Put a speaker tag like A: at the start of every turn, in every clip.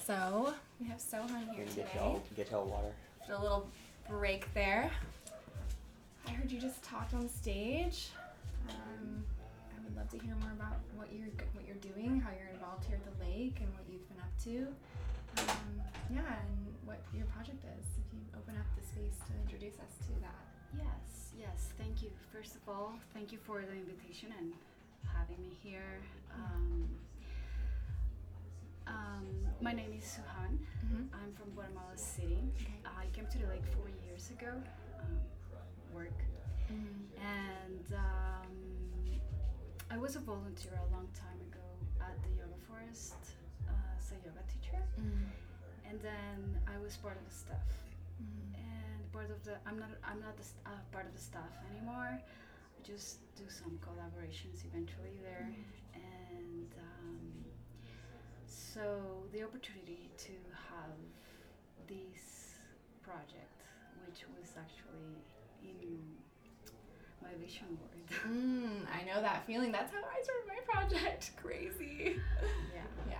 A: So we have So on here
B: And
A: today.
B: get y'all get y'all water.
A: Did a little break there. I heard you just talked on stage. Um, I would love to hear more about what you're g- what you're doing, how you're involved here at the lake, and what you've been up to. Um, yeah, and what your project is. If you open up the space to introduce us to that.
C: Yes, yes. Thank you. First of all, thank you for the invitation and having me here. Um, um, my name is Suhan.
A: Mhm.
C: I'm from Guatemala City.
A: Okay.
C: I came to the lake four years ago, um, work,
A: Mm-hmm.
C: and um, I was a volunteer a long time ago at the Yoga Forest uh, as a yoga teacher,
A: Mm-hmm.
C: and then I was part of the staff
A: Mm-hmm.
C: and part of the I'm not I'm not the, st- uh, part of the staff anymore. I just do some collaborations eventually there,
A: Mm-hmm.
C: and um, so the opportunity to have this project, which was actually in my vision board.
A: Mm, I know that feeling. That's how I started my project. Crazy.
C: yeah.
A: Yeah.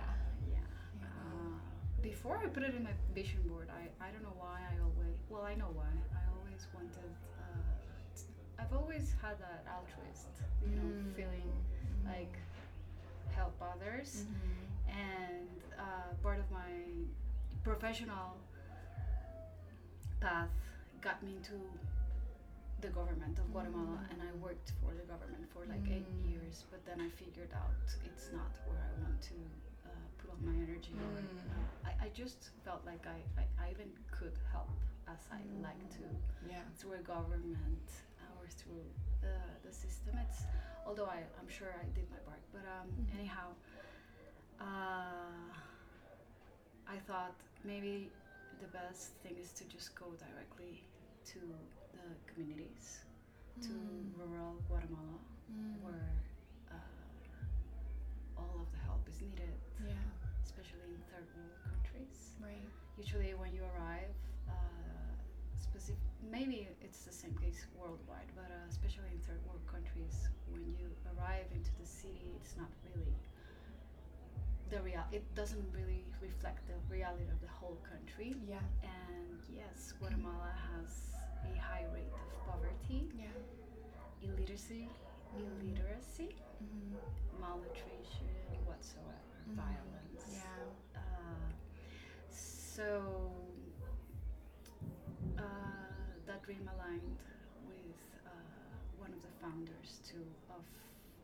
C: Yeah. Uh, before I put it in my vision board, I, I don't know why I always well I know why I always wanted. Uh, t- I've always had that altruist, you know,
A: Mm.
C: feeling like help others,
A: Mm-hmm.
C: and uh, part of my professional path got me into the government of Guatemala, and I worked for the government for like eight
A: Mm.
C: years. But then I figured out it's not where I want to uh, put all my energy. Or,
A: Mm.
C: uh, I, I just felt like I, I, I even could help as I like to
A: Yeah.
C: through a government uh, or through the, the system. It's although I, I'm sure I did my part, but um,
A: Mhm.
C: anyhow, uh, I thought maybe the best thing is to just go directly to the communities, to
A: Mm.
C: rural Guatemala, where uh, all of the help is needed,
A: Yeah.
C: especially in third world countries
A: Right.
C: usually when you arrive uh, specific maybe it's the same case worldwide but uh, especially in third world countries when you arrive into the city it's not really the real it doesn't really reflect the reality of the whole country
A: Yeah.
C: and yes guatemala has a high rate of poverty
A: Yeah.
C: illiteracy illiteracy
A: Mhm.
C: malnutrition whatsoever
A: Mhm.
C: violence
A: Yeah.
C: uh, so uh, that dream aligned with uh, one of the founders too of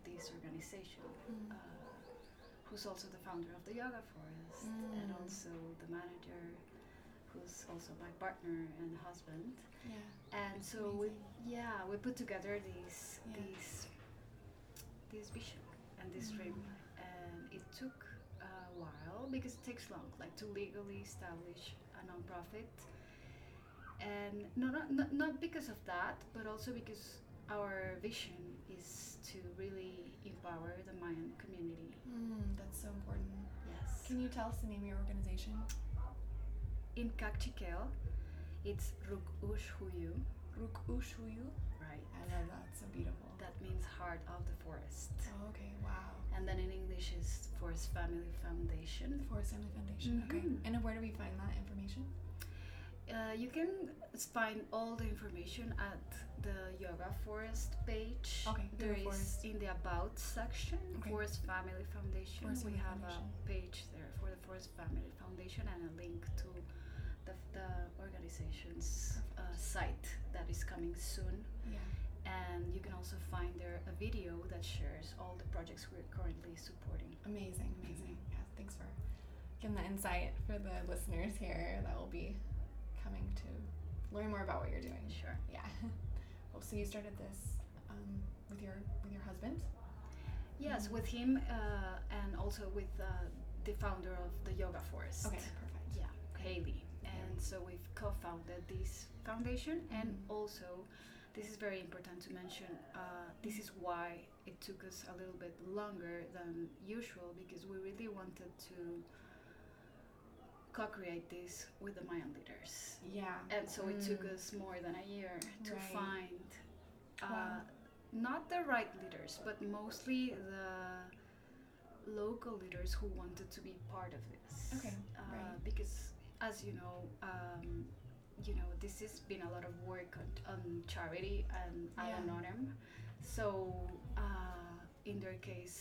C: this organization,
A: Mm.
C: uh, who's also the founder of the Yoga Forest and
A: Mm.
C: also the manager, who's also my partner and husband.
A: Yeah.
C: And
A: That's
C: so we,
A: amazing.
C: yeah, we put together these
A: Yeah.
C: these these vision and
A: Mm.
C: this dream, and it took a while because it takes long, like to legally establish a nonprofit. And no, not not, not because of that, but also because our vision is to really empower the Mayan community.
A: Mm, that's so important.
C: Yes.
A: Can you tell us the name of your organization?
C: In Kakchikel, it's Rukushhuyu,
A: Rukushuyu.
C: right?
A: I love that. It's so beautiful.
C: That means heart of the forest.
A: Oh, okay. Wow.
C: and then in English is Forest Family Foundation.
A: The Forest Family Foundation. Okay.
C: Mhm.
A: And where do we find that information?
C: Uh, you can s- find all the information at the Yoga Forest page.
A: Okay,
C: there
A: Yoga
C: is
A: Forest.
C: in the About section
A: Okay.
C: Forest Family Foundation.
A: Forest
C: we
A: Family
C: have
A: Foundation.
C: a page there for the Forest Family Foundation and a link to the, the organization's uh, site that is coming soon.
A: Yeah.
C: And you can also find there a video that shares all the projects we're currently supporting.
A: Amazing. Amazing. Yeah. Thanks for giving the insight for the listeners here that will be coming to learn more about what you're doing.
C: Sure.
A: Yeah. Well, so you started this um, with your with your husband.
C: Yes,
A: Mm.
C: with him uh, and also with uh, the founder of the Yoga Forest.
A: Okay. Perfect.
C: Yeah, Haley. And so we've co founded this foundation, and
A: Mhm.
C: also, this is very important to mention, uh, this is why it took us a little bit longer than usual because we really wanted to co create this with the Mayan leaders.
A: Yeah.
C: And so it took
A: Mm.
C: us more than a year to
A: Right.
C: find uh,
A: Wow.
C: not the right leaders, but mostly the local leaders who wanted to be part of this.
A: Okay,
C: Uh,
A: right.
C: as you know, um, you know, this has been a lot of work on, on charity and ad
A: Yeah.
C: anonym. So uh, in their case,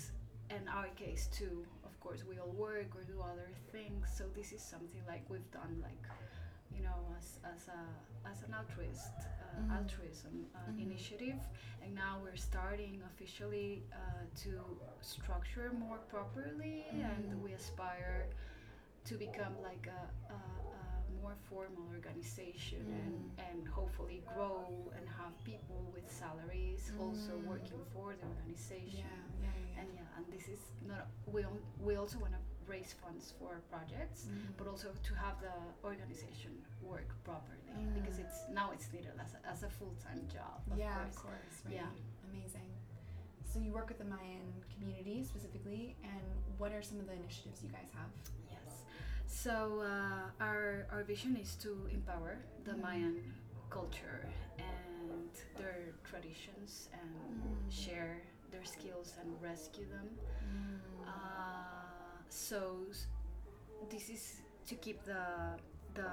C: and our case too, of course, we all work or do other things. So this is something like we've done, like you know, as, as a as an altruist, uh,
A: Mhm.
C: altruism uh,
A: Mhm.
C: initiative, and now we're starting officially uh, to structure more properly,
A: Mhm.
C: and we aspire to become like a, a, a more formal organization
A: Mm.
C: and, and hopefully grow and have people with salaries also
A: Mm.
C: working for the
A: Yeah,
C: organization
A: yeah, yeah.
C: and yeah and this is not we, al- we also want to raise funds for our projects
A: Mhm.
C: but also to have the organization work properly because
A: Mm.
C: it's now it's needed as a, as a full-time job of
A: yeah,
C: course
A: of course. Right.
C: Yeah.
A: Amazing. So you work with the Mayan community specifically, and what are some of the initiatives you guys have?
C: Yes. So uh, our our vision is to empower the
A: Mm.
C: Mayan culture and their traditions and
A: Mm.
C: share their skills and rescue them. Mm. Uh, so s- this is to keep the the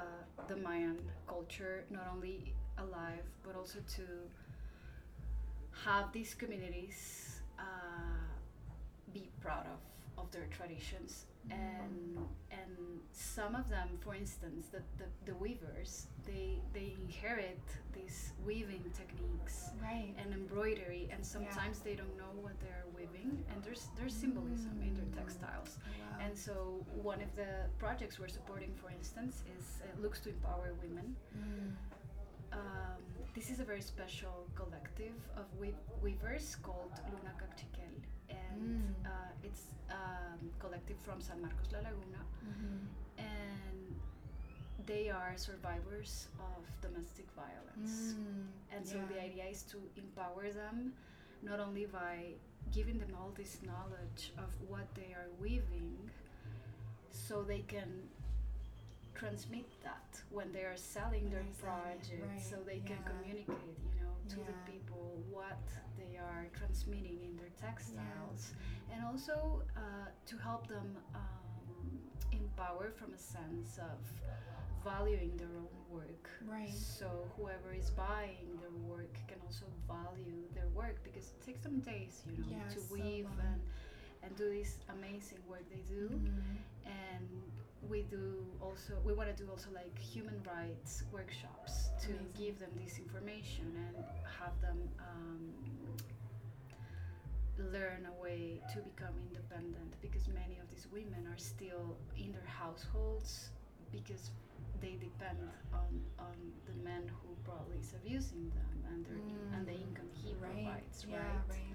C: the Mayan culture not only alive but also to have these communities uh, be proud of, of their traditions
A: Mm-hmm.
C: and and some of them for instance the, the, the weavers they they inherit these weaving techniques
A: right.
C: and embroidery and sometimes they don't know what they're weaving and there's there's symbolism in their
A: Mm.
C: textiles
A: wow.
C: and so one of the projects we're supporting for instance is uh, looks to empower women
A: Mm.
C: um, this is a very special collective of wea- weavers called Luna Cactiquel and
A: Mm.
C: uh, it's um, collective from San Marcos La Laguna
A: Mhm.
C: and they are survivors of domestic violence
A: Mm.
C: and so
A: yeah.
C: the idea is to empower them not only by giving them all this knowledge of what they are weaving so they can transmit that when they are selling their
A: When they're selling
C: project
A: it, right,
C: so they can
A: yeah.
C: communicate you know to
A: Yeah.
C: the people what they are transmitting in their textiles and also uh, to help them um, empower from a sense of valuing their own work
A: Right.
C: so whoever is buying their work can also value their work because it takes them days, you know,
A: Yeah,
C: to
A: so
C: weave
A: long.
C: and and do this amazing work they do.
A: Mhm.
C: And we do also we want to do also like human rights workshops to
A: Amazing.
C: give them this information and have them um, learn a way to become independent because many of these women are still in their households because they depend on, on the man who probably is abusing them and their and the
A: Mm.
C: income he
A: Right.
C: provides,
A: yeah,
C: right?
A: right.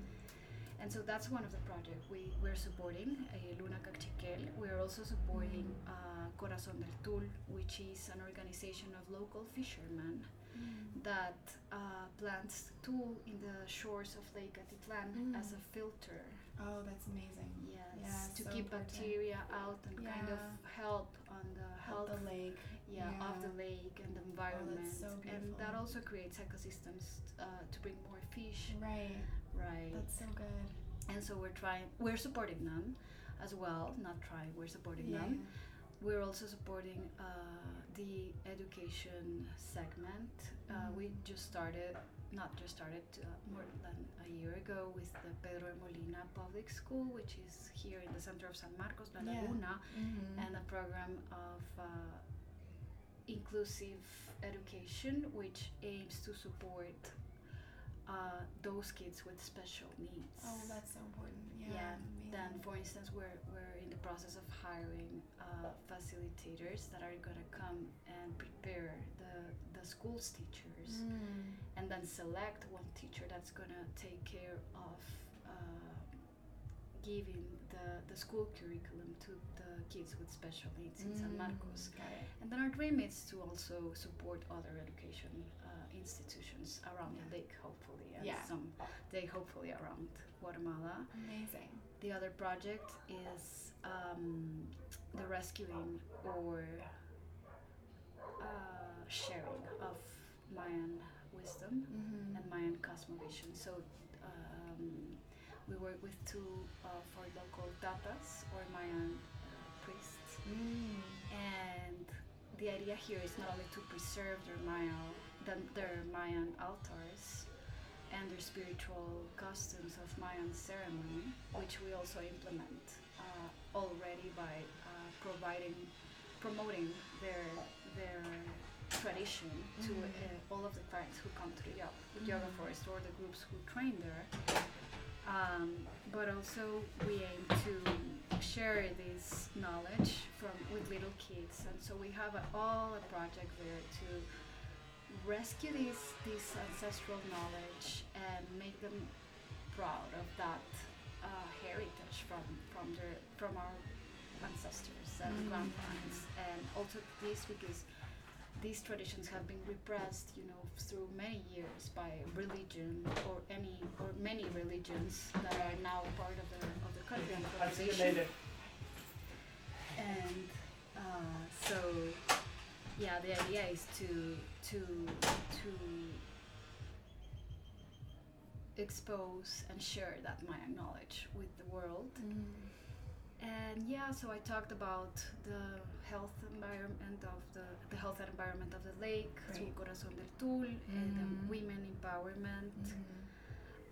C: And so that's one of the projects we, we're supporting, uh, Luna Cactiquel. We're also supporting
A: Mm-hmm.
C: uh, Corazón del Tul, which is an organization of local fishermen
A: Mm.
C: that uh, plants tul in the shores of Lake Atitlan as a filter.
A: Oh, that's amazing.
C: Yes,
A: Mm. Yeah,
C: to
A: so
C: keep
A: important.
C: bacteria out and kind of
A: Yeah.
C: help on the
A: Help
C: health
A: the lake. Oh,
C: yeah, of the lake and the environment.
A: so
C: and that
A: beautiful.
C: also creates ecosystems uh, to bring more fish,
A: Right.
C: right?
A: That's so good.
C: and so we're trying, we're supporting them as well. Not trying, we're supporting
A: yeah.
C: them. We're also supporting uh, the education segment.
A: Mm-hmm.
C: Uh, we just started, not just started, uh, more than a year ago with the Pedro de Molina Public School, which is here in the center of San Marcos, La
A: Yeah.
C: Laguna
A: Mhm.
C: and uh, a program of uh, inclusive education, which aims to support uh, those kids with special needs.
A: oh, that's so important. Yeah.
C: Yeah, then,
A: amazing.
C: for instance, we're, we're in the process of hiring uh, facilitators that are gonna come and prepare the, the school's teachers
A: Mm.
C: and then select one teacher that's gonna take care of uh, giving the, the school curriculum to the kids with special needs in San Marcos.
A: Mm, Got it.
C: And then our dream is to also support other education uh, institutions around the lake, hopefully, and
A: Yeah.
C: some day, hopefully, around Guatemala.
A: Amazing.
C: The other project is um, the rescuing or uh, sharing of Mayan wisdom
A: Mm-hmm.
C: and Mayan cosmovision. So um, we work with two of our uh, local tatas or Mayan uh, priests,
A: Mm.
C: and the the idea here is not only to preserve their Mayan, the, their Mayan altars and their spiritual customs of Mayan ceremony, which we also implement uh, already by uh, providing, promoting their their tradition to uh, all of the parents who come to the yoga, yoga forest or the groups who train there. Um, but also we aim to share this knowledge from with little kids, and so we have a, all a project there to rescue this this ancestral knowledge and make them proud of that uh, heritage from from their from our ancestors and grandparents and also this because these traditions have been repressed you know through many years by religion or any or many religions that are now part of the of the country and
B: I'll see you later.
C: colonization. And uh, so, yeah, the idea is to to to expose and share that Mayan knowledge with the world.
A: Mm-hmm.
C: And yeah, so I talked about the health environment of the, the health and environment of the lake, Su
A: Great.
C: Corazón del Tul, and
A: Mhm.
C: the women empowerment
A: Mhm.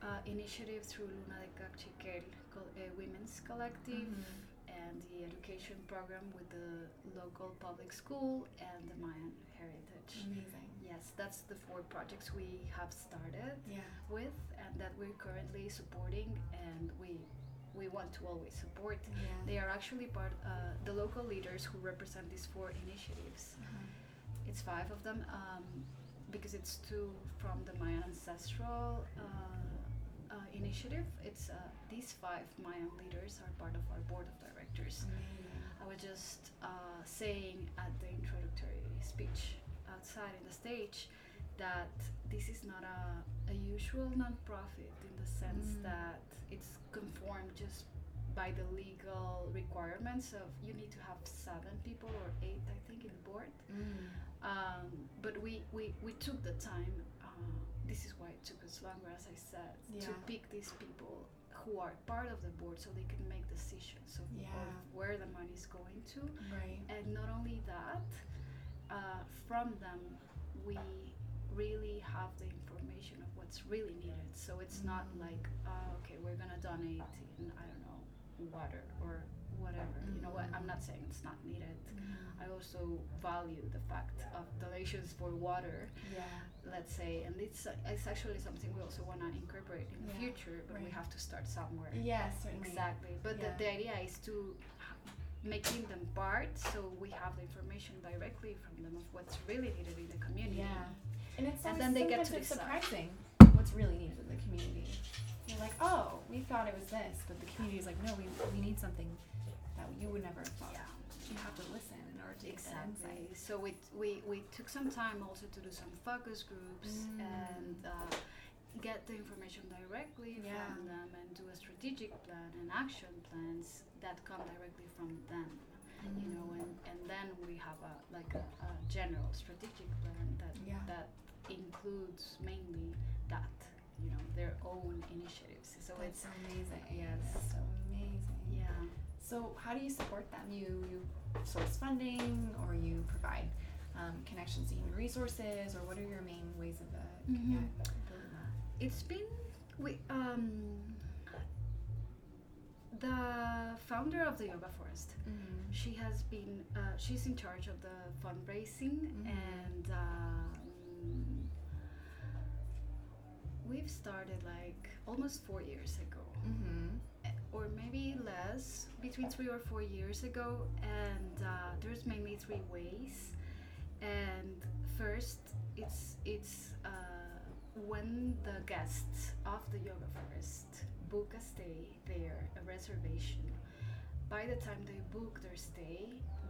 C: uh, initiative through Luna de Cachiquel, called uh, Women's Collective
A: Mm-hmm.
C: and the education program with the local public school and the Mayan heritage.
A: Amazing.
C: Yes, that's the four projects we have started
A: Yeah.
C: with and that we're currently supporting and we we want to always support.
A: Yeah.
C: They are actually part uh, the local leaders who represent these four initiatives.
A: Uh-huh.
C: It's five of them um, because it's two from the Mayan ancestral uh, uh, initiative. It's uh, these five Mayan leaders are part of our board of directors.
A: Amazing.
C: I was just uh, saying at the introductory speech outside in the stage that this is not a, a usual nonprofit in the sense
A: Mm.
C: that it's conformed just by the legal requirements of you need to have seven people or eight, I think, in the board.
A: Mm.
C: Um, but we, we, we took the time, uh, this is why it took us longer, as I said, to
A: Yeah.
C: pick these people who are part of the board so they can make decisions of, of
A: Yeah.
C: where the money is going to.
A: Right.
C: And not only that, uh, from them, we really have the information of what's really needed. So it's not
A: Mm.
C: like, uh, okay, we're going to donate in, I don't know, water or whatever. You know what?
A: Mm.
C: I'm not saying it's not needed.
A: Mm-hmm.
C: I also value the fact of donations for water,
A: Yeah.
C: let's say, and it's it's actually something we also want to incorporate in the
A: Yeah,
C: future, but we
A: right.
C: have to start somewhere.
A: Yeah, certainly.
C: Exactly, but
A: Yeah.
C: the, the idea is to h- making them part, so we have the information directly from them of what's really needed in the community.
A: Yeah. And it's
C: And
A: always-
C: then they get
A: sometimes
C: to
A: it's
C: decide.
A: surprising what's really needed in the community. You're like, oh, we thought it was this, but the community's like, no, we, we need something that you would never have thought.
C: Yeah.
A: of. You have to listen in order to get that
C: Exactly.
A: insight.
C: So we, we we took some time also to do some focus groups
A: Mm.
C: and uh, get the information directly
A: Yeah.
C: from them and do a strategic plan and action plans that come directly from them. You know,
A: Mm.
C: and, and then we have a like a, a general strategic plan that
A: Yeah.
C: that includes mainly that you know their own initiatives. So
A: That's
C: it's
A: amazing.
C: yes.
A: That's amazing.
C: yeah.
A: So how do you support them? You you source funding or you provide um, connections to human resources or what are your main ways of uh,
C: Mhm.
A: yeah, building that?
C: It's been we um the founder of the yoga forest. She has been uh, she's in charge of the fundraising
A: Mhm.
C: and um, we've started like almost four years ago. Mm-hmm.
A: Mhm.
C: or maybe less, between three or four years ago. And uh, there's mainly three ways. And first, it's it's uh, when the guests of the yoga forest book a stay there, a reservation. By the time they book their stay,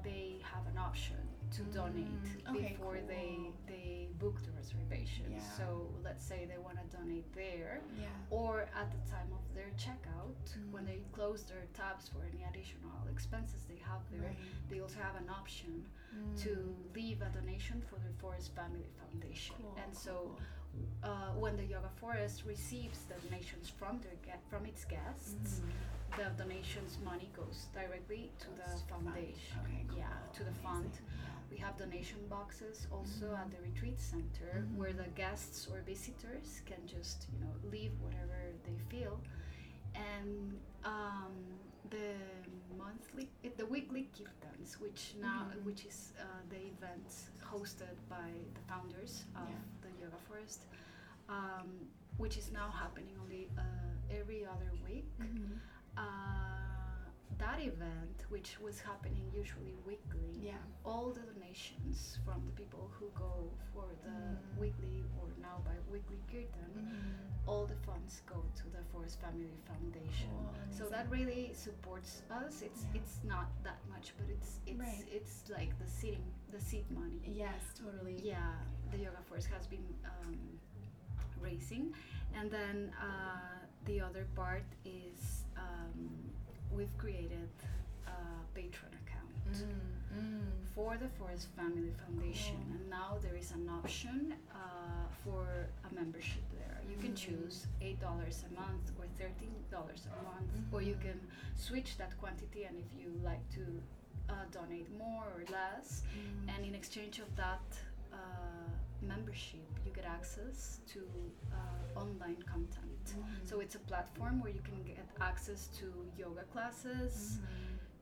C: they have an option to donate
A: Mm, okay,
C: before they
A: cool.
C: they book the reservation.
A: Yeah.
C: So let's say they want to donate there
A: Yeah.
C: or at the time of their checkout when
A: Mm.
C: they close their tabs for any additional expenses they have there
A: Right. Mm.
C: they also have an option to leave a donation for the Forest Family Foundation.
A: Cool,
C: And
A: cool,
C: so
A: cool.
C: uh, when the Yoga Forest receives the donations from their ge- from its guests,
A: Mm-hmm.
C: the donations money goes directly to
A: Goes
C: the
A: to the fund.
C: foundation.
A: Mm. Okay, cool.
C: Yeah, to the fund.
A: Amazing.
C: We have donation boxes also at
A: Mhm.
C: the retreat center where the
A: Mhm.
C: guests or visitors can just you know leave whatever they feel, and um, the monthly eh, the weekly kirtans, which now
A: Mhm.
C: which is uh, the event hosted by the founders of
A: Yeah.
C: the Yoga Forest, um, which is now happening only uh, every other week
A: Mhm.
C: uh, that event, which was happening usually weekly,
A: Yeah.
C: all the donations from the people who go for the
A: Mm.
C: weekly or now by weekly kirtan,
A: Mm-hmm.
C: all the funds go to the Forest Family Foundation.
A: Cool,
C: So that really supports us. It's
A: Yeah.
C: it's not that much, but it's it's
A: Right.
C: it's like the seeding the seed money.
A: Yes, totally.
C: Yeah, the yoga force has been um, raising, and then uh, the other part is um, we've created a Patreon
A: Mm.
C: account for the Forest Family Foundation,
A: Cool.
C: and now there is an option uh, for a membership there. You can
A: Mm.
C: choose eight dollars a month or thirteen dollars a month, or you
A: Mhm.
C: can switch that quantity, and if you like to uh, donate more or less,
A: Mm-hmm.
C: and in exchange of that uh, membership, you get access to uh, online content.
A: Mm-hmm.
C: So it's a platform where you can get access to yoga
A: Mm-hmm.
C: classes,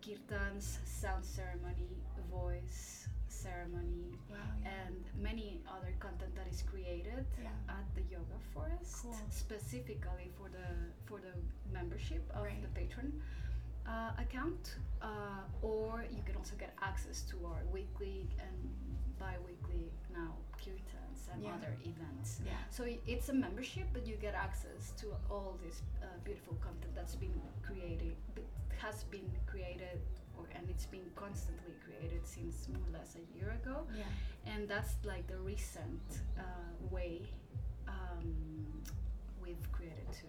C: kirtans, sound ceremony, voice ceremony,
A: Wow.
C: and many other content that is created
A: Yeah.
C: at the yoga forest
A: Cool.
C: specifically for the for the membership of
A: Right.
C: the patron uh, account uh, or you can also get access to our weekly and bi-weekly now kirtans and
A: Yeah.
C: other events
A: Yeah.
C: so i- it's a membership but you get access to all this uh, beautiful content that's been created that has been created or, and it's been constantly created since more or less a year ago
A: Yeah.
C: and that's like the recent uh, way um, we've created to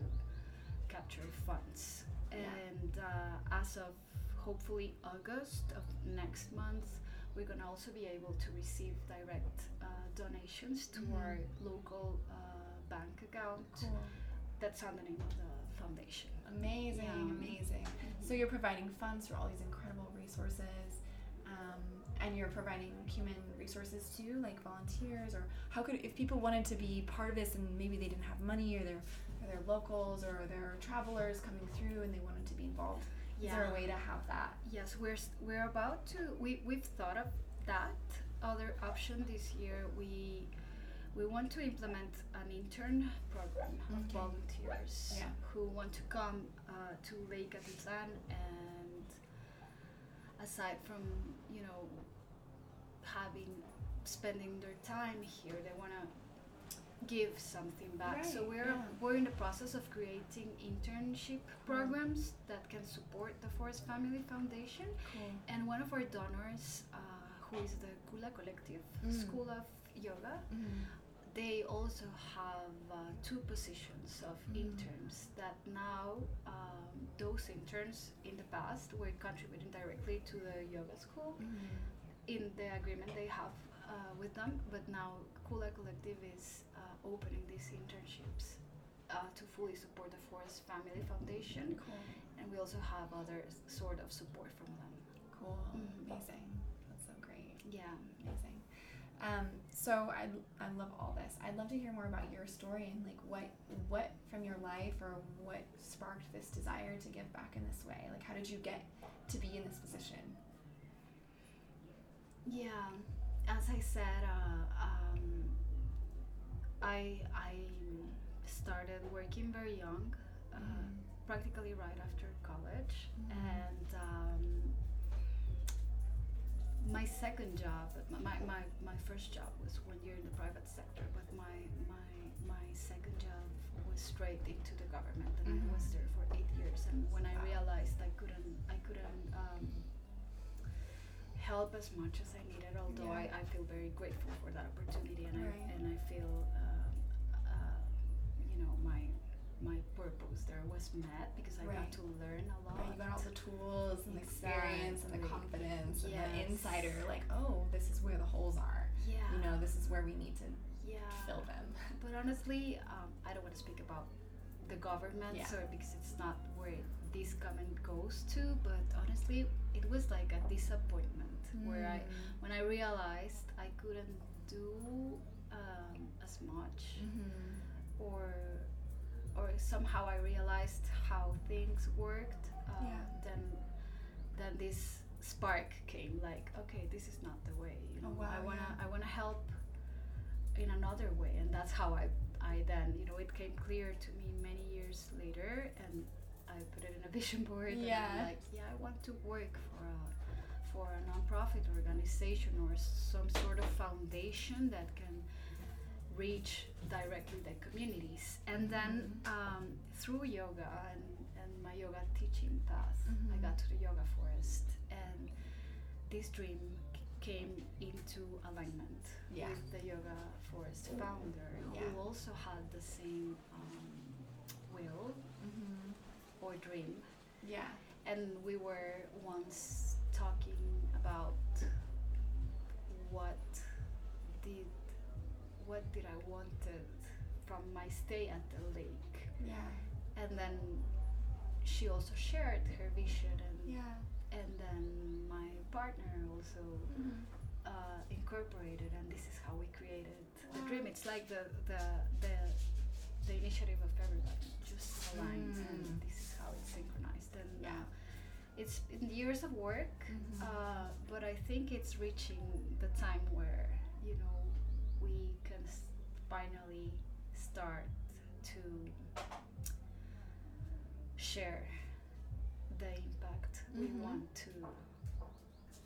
C: capture funds
A: Yeah.
C: and uh, as of hopefully august of next month we're going to also be able to receive direct uh, donations to
A: Mhm.
C: our local uh, bank account
A: Cool.
C: that's on the name of the foundation
A: Amazing.
C: Yeah.
A: Amazing. So you're providing funds for all these incredible resources, um, and you're providing human resources too, like volunteers, or how could if people wanted to be part of this and maybe they didn't have money, or they're or they're locals, or they're travelers coming through and they wanted to be involved. Is there a way to have that?
C: Yes, we're s- we're about to. We we've thought of that other option this year. We we want to implement an intern program of
A: Okay.
C: volunteers
A: Yeah.
C: who want to come uh, to Lake Atitlan and aside from you know having spending their time here, they wanna give something back. so
A: Right,
C: we're
A: yeah.
C: we're in the process of creating internship programs that can support the Forest Family Foundation.
A: Cool.
C: And one of our donors, uh, who is the Kula Collective
A: Mm.
C: School of Yoga,
A: Mm-hmm.
C: they also have uh, two positions of
A: Mm.
C: interns that now um, those interns in the past were contributing directly to the yoga school
A: Mm-hmm.
C: in the agreement they have uh, with them, but now Kula Collective is uh, opening these internships uh, to fully support the Forest Family Foundation,
A: Cool.
C: and we also have other s- sort of support from them.
A: Cool.
C: Mhm.
A: Mm-hmm. Amazing. That's so great.
C: Yeah.
A: Amazing. Um, so I, I love all this. I'd love to hear more about your story and like what what from your life or what sparked this desire to give back in this way. Like how did you get to be in this position?
C: Yeah, as I said, uh, um, I I started working very young, uh,
A: Um,
C: practically right after college,
A: Mhm.
C: and um, my second job, my, my, my, my first job was one year in the private sector, but my my my second job was straight into the government, and
A: Mhm.
C: I was there for eight years. And when I
A: Wow.
C: realized I couldn't I couldn't um, help as much as I needed, although
A: Yeah.
C: I, I feel very grateful for that opportunity, and
A: Right.
C: uh, I and I feel um, uh, you know my my purpose there was met because I
A: Right.
C: got to learn a lot.
A: Right, you got all the tools and the experience and the
C: Mm, Exactly.
A: confidence and
C: Yes.
A: the insider. Like, oh, this is where the holes are.
C: yeah,
A: You know, this is where we need to
C: yeah.
A: fill them.
C: But honestly, um, I don't want to speak about the government,
A: Yeah.
C: so because it's not where this comment goes to. But honestly, it was like a disappointment where I,
A: Mm.
C: when I realized I couldn't do um, as much,
A: Mm-hmm.
C: or or somehow I realized how things worked. Uh,
A: Yeah.
C: Then then this spark came like, okay, this is not the way. You know,
A: Oh, wow,
C: I wanna
A: yeah.
C: I wanna help in another way, and that's how I I then you know it came clear to me many years later, and I put it in a vision board. And
A: Yeah.
C: I'm like, yeah, I want to work for a for a nonprofit organization or some sort of foundation that can reach directly the communities. And then
A: Mm-hmm.
C: um, through yoga and, and my yoga teaching path, I
A: Mhm.
C: got to the yoga forest, and this dream c- came into alignment
A: Yeah.
C: with the yoga forest founder,
A: Yeah.
C: who also had the same um, will
A: Mm-hmm.
C: or dream
A: Yeah.
C: and we were once talking about what did what did I wanted from my stay at the lake,
A: Yeah.
C: and then she also shared her vision, and
A: Yeah.
C: and then my partner also
A: Mm-hmm.
C: uh, incorporated, and this is how we created the
A: Wow.
C: dream. It's like the the the, the initiative of everybody just aligned, and
A: Mm.
C: this is how it's synchronized. And uh,
A: Yeah.
C: it's been years of work,
A: Mhm.
C: uh, but I think it's reaching the time where you know we can s- finally start to share the impact
A: Mhm.
C: we want to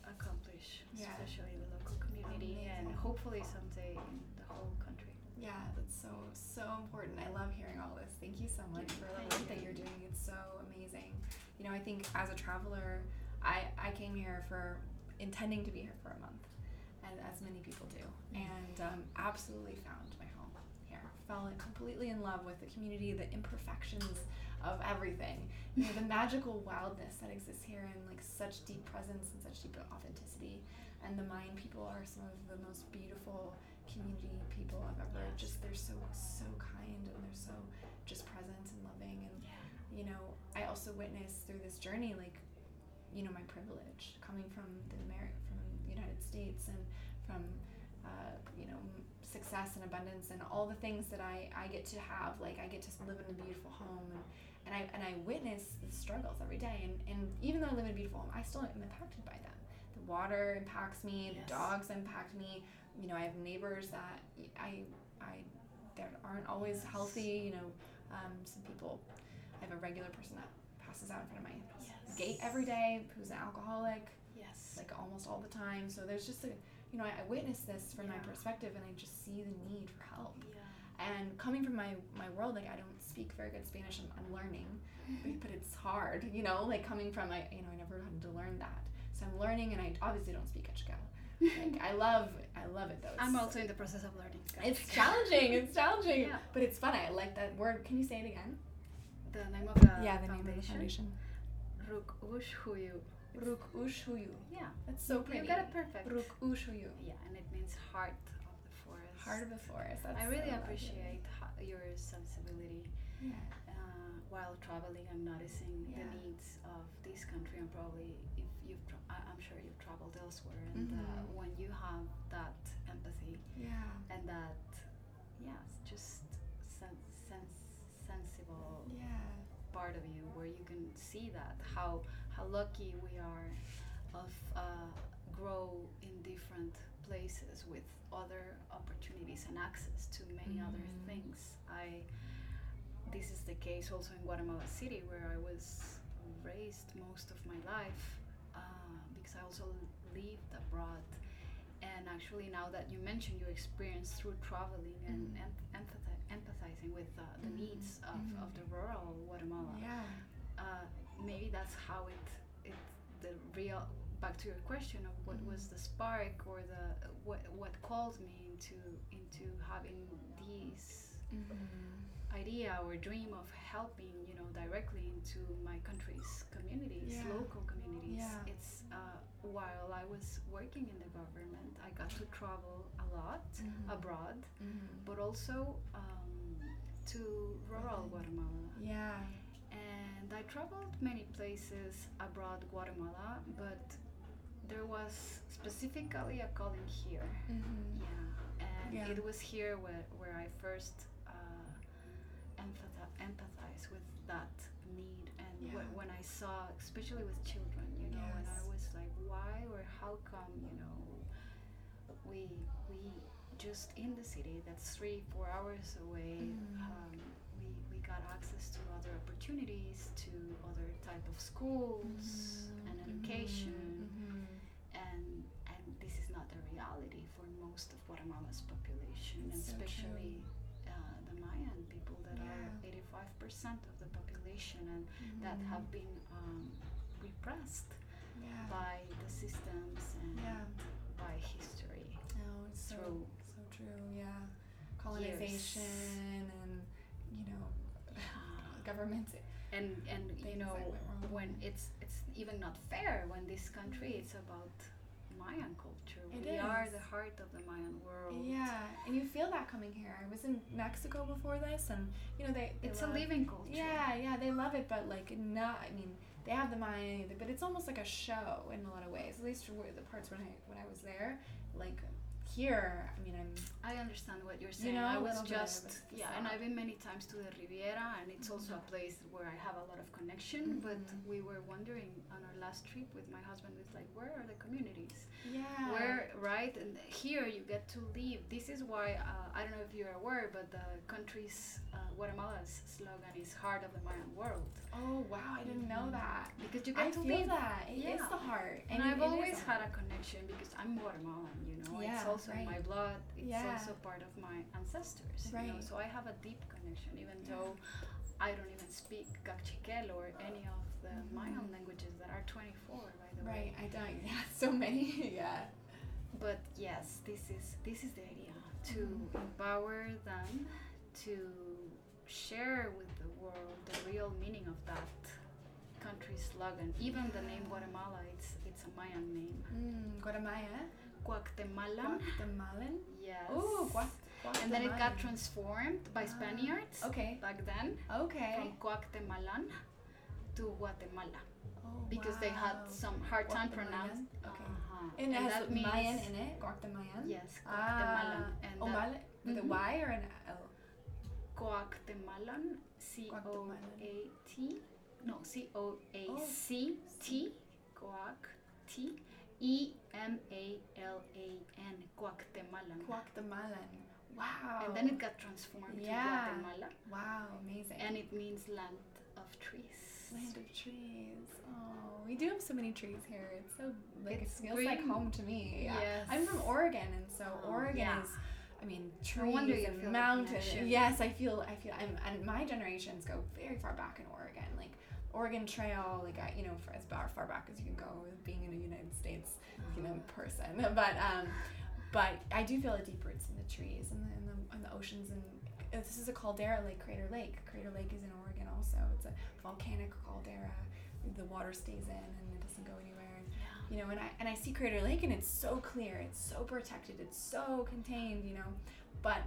C: accomplish,
A: Yeah.
C: especially in the local community and
A: Amazing.
C: hopefully someday in the whole country.
A: Yeah, that's so so important. I love hearing all this. Thank you so much for the
C: Thank
A: work that
C: you.
A: you're doing. It's so amazing. You know, I think as a traveler, I I came here for intending to be here for a month, and as many people do,
C: Mm.
A: and um, absolutely found my home here. Fell in- completely in love with the community, the imperfections of everything, you know, the magical wildness that exists here, and like such deep presence and such deep authenticity. And the Mayan people are some of the most beautiful community people I've ever
C: Yes.
A: just they're so so kind and they're so just present and loving and you know I also witnessed through this journey like you know my privilege coming from the Ameri- from the United States and from uh, you know m- success and abundance and all the things that I I get to have like I get to live in a beautiful home and and I, and I witness the struggles every day and, and even though I live in a beautiful home I still am impacted by them the water impacts me
C: Yes.
A: the dogs impact me you know, I have neighbors that I, I, that aren't always
C: Yes.
A: healthy. You know, um, some people. I have a regular person that passes out in front of my
C: Yes.
A: gate every day, who's an alcoholic,
C: Yes.
A: like almost all the time. So there's just a, you know, I, I witness this from my
C: Yeah.
A: perspective, and I just see the need for help.
C: yeah.
A: And coming from my my world, like I don't speak very good Spanish. I'm, I'm learning, but, but it's hard. You know, like coming from I, you know, I never had to learn that. So I'm learning, and I obviously don't speak Quechua. Like I love, I love it though. It's
C: I'm also in the process of learning. guys.
A: it's challenging. It's challenging,
C: Yeah.
A: but it's fun. I like that word. Can you say it again?
C: The name of the foundation. Ruk Ush Huyu.
A: Ruk Ushuyu.
C: Yeah.
A: That's so pretty.
C: You got it perfect.
A: Ruk Ushuyu.
C: Yeah, and it means heart of the forest.
A: Heart of the forest. That's
C: I really
A: so lovely.
C: appreciate ho- your sensibility
A: Yeah.
C: uh, while traveling. I'm noticing
A: Yeah.
C: the needs of this country, and probably if you've, tra- I- I'm sure you've traveled elsewhere. And uh,
A: Mhm.
C: when you have that empathy
A: Yeah.
C: and that, yeah, it's just sen- sens- sensible
A: Yeah.
C: part of you where you can see that how how lucky we are of uh, grow in different places with other opportunities and access to many other
A: Mhm.
C: things i this is the case also in guatemala city where i was raised most of my life uh, because i also lived abroad and actually now that you mentioned your experience through traveling and
A: Mhm.
C: empath- empathi- empathizing with uh, the
A: Mhm.
C: needs of,
A: Mhm.
C: of the rural Guatemala.
A: Yeah.
C: Uh, maybe that's how it, it the real back to your question of what
A: Mhm.
C: was the spark or the what what called me into into having these
A: Mhm.
C: idea or dream of helping, you know, directly into my country's communities,
A: Yeah.
C: local communities.
A: Yeah.
C: It's uh, while I was working in the government, I got to travel a lot
A: Mhm.
C: abroad,
A: Mhm.
C: but also um, to rural Guatemala.
A: Yeah.
C: And I traveled many places abroad Guatemala, but there was specifically a calling here. Mm-hmm.
A: Mhm.
C: Yeah, and
A: Yeah.
C: it was here where, where I first uh, empathize, empathize with that need, and
A: Yeah.
C: wh- when I saw, especially with children, you know, and I
A: Yes.
C: was like, why or how come, you know, we we just in the city that's three four hours away.
A: Mm.
C: Um, we, we got access to other opportunities, to other type of schools and
A: Mhm.
C: education
A: Mhm.
C: and and this is not the reality for most of Guatemala's population, and
A: It's so true.
C: especially uh, the Mayan people that are
A: Yeah.
C: 85% of the population and that
A: Mhm.
C: have been um, repressed
A: Mm-hmm. Yeah.
C: by the systems and
A: Uh-huh. Yeah.
C: by history
A: No, it's so
C: through
A: so true. Yeah. Colonization and you know governments.
C: uh, and and you
A: Things
C: know
A: that went wrong.
C: when it's it's even not fair when this country it's about Mayan culture.
A: It
C: we are
A: is.
C: the heart of the Mayan world.
A: Yeah, and you feel that coming here. I was in Mexico before this, and you know they. they
C: It's
A: love-
C: a living culture.
A: Yeah, yeah, they love it, but like not. I mean, they have the Mayan, but it's almost like a show in a lot of ways. At least where the parts when I when I was there, like here. I mean, I'm.
C: I understand what you're
A: You
C: saying.
A: know,
C: I
A: a
C: was
A: little bit,
C: just
A: but
C: yeah,
A: it's
C: and
A: not.
C: I've been many times to the Riviera, and it's also
A: Mm-hmm.
C: a place where I have a lot of connection. But
A: Mhm.
C: we were wondering on our last trip with my husband, was like, where are the communities?
A: Yeah.
C: Where right and here you get to leave. This is why uh, I don't know if you're aware, but the country's uh, Guatemala's slogan is "Heart of the Mayan World"
A: Oh wow! I didn't know
C: Mhm.
A: that.
C: because you get
A: I
C: to
A: feel
C: leave.
A: that. It is
C: Yeah.
A: the heart,
C: And
A: I mean,
C: I've
A: it is
C: always
A: the
C: had
A: heart.
C: a connection because I'm Guatemalan, you know. it's
A: Yeah,
C: also in my
A: right.
C: blood. It's
A: Yeah.
C: also part of my ancestors, you know.
A: Right.
C: So I have a deep connection, even
A: Yeah.
C: though I don't even speak Gakchikel or any of the Mayan languages that are 24, by the
A: Mm-hmm. Right,
C: way.
A: I don't. Yeah, so many. yeah.
C: But yes, this is this is the idea to
A: Mhm.
C: empower them to share with the world the real meaning of that country slogan. Even the name
A: Yeah.
C: Guatemala, it's it's a Mayan name.
A: Mm, Guatemala.
C: Guatemala.
A: Guatemalan.
C: Yes.
A: Ooh, Oh, Guat.
C: and then it got
A: Guatemalan.
C: transformed by
A: Ah,
C: Spaniards
A: Okay.
C: back then
A: Okay.
C: from Guatemalan to Guatemala
A: Oh,
C: because they had
A: wow.
C: some hard time
A: Guatemalan,
C: pronouncing.
A: okay.
C: Uh-huh.
A: And it has
C: that means
A: Mayan in it. Guatemalan.
C: yes, Guatemalan
A: Ah,
C: and
A: Oh,
C: that
A: Malan with a
C: Mhm.
A: Y or an L.
C: Guatemalan C O A T no C O A
A: Oh,
C: C T Guac T E M A L A N Guatemalan.
A: Guatemalan. Wow.
C: And then it got transformed
A: Yeah.
C: to Guatemala.
A: Wow, amazing.
C: and it means land of trees.
A: Land of trees. Oh, we do have so many trees here. It's so like
C: It's
A: it feels like
C: green.
A: home to me. Yeah.
C: Yes.
A: I'm from Oregon, and so
C: Oh,
A: Oregon
C: yeah.
A: is, I mean,
C: No
A: trees
C: wonder you feel
A: and
C: the
A: mountains.
C: connection.
A: Yes, I feel. I feel. I'm, and my generations go very far back in Oregon, like Oregon Trail, like I, you know, for as far, far back as you can go with being in a United States, you know,
C: Mm-hmm.
A: person. But um, but I do feel a deep roots in the trees and the, and the, and the oceans and. uh, This is a caldera lake, Crater Lake. Crater Lake is in Oregon also. It's a volcanic caldera. The water stays in and it doesn't go anywhere
C: Yeah.
A: you know and i and i see crater lake and it's so clear it's so protected it's so contained you know but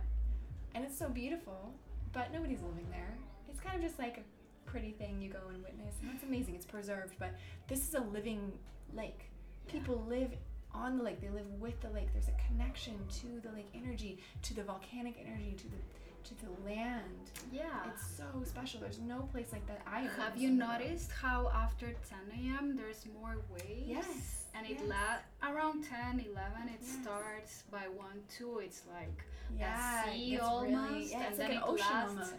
A: and it's so beautiful but nobody's living there it's kind of just like a pretty thing you go and witness and it's amazing it's preserved but this is a living lake people live on the lake they live with the lake there's a connection to the lake energy to the volcanic energy to the to the land
C: Yeah.
A: it's so special there's no place like that i
C: Ah. Have you noticed how after 10 a.m. there's more waves?
A: yes
C: And it
A: yes.
C: la- around 10, 11, it
A: Yes.
C: starts by 1, 2, it's like,
A: yeah,
C: sea
A: it's
C: almost,
A: yeah,
C: and
A: it's
C: then
A: like an
C: it
A: ocean
C: lasts.
A: almost.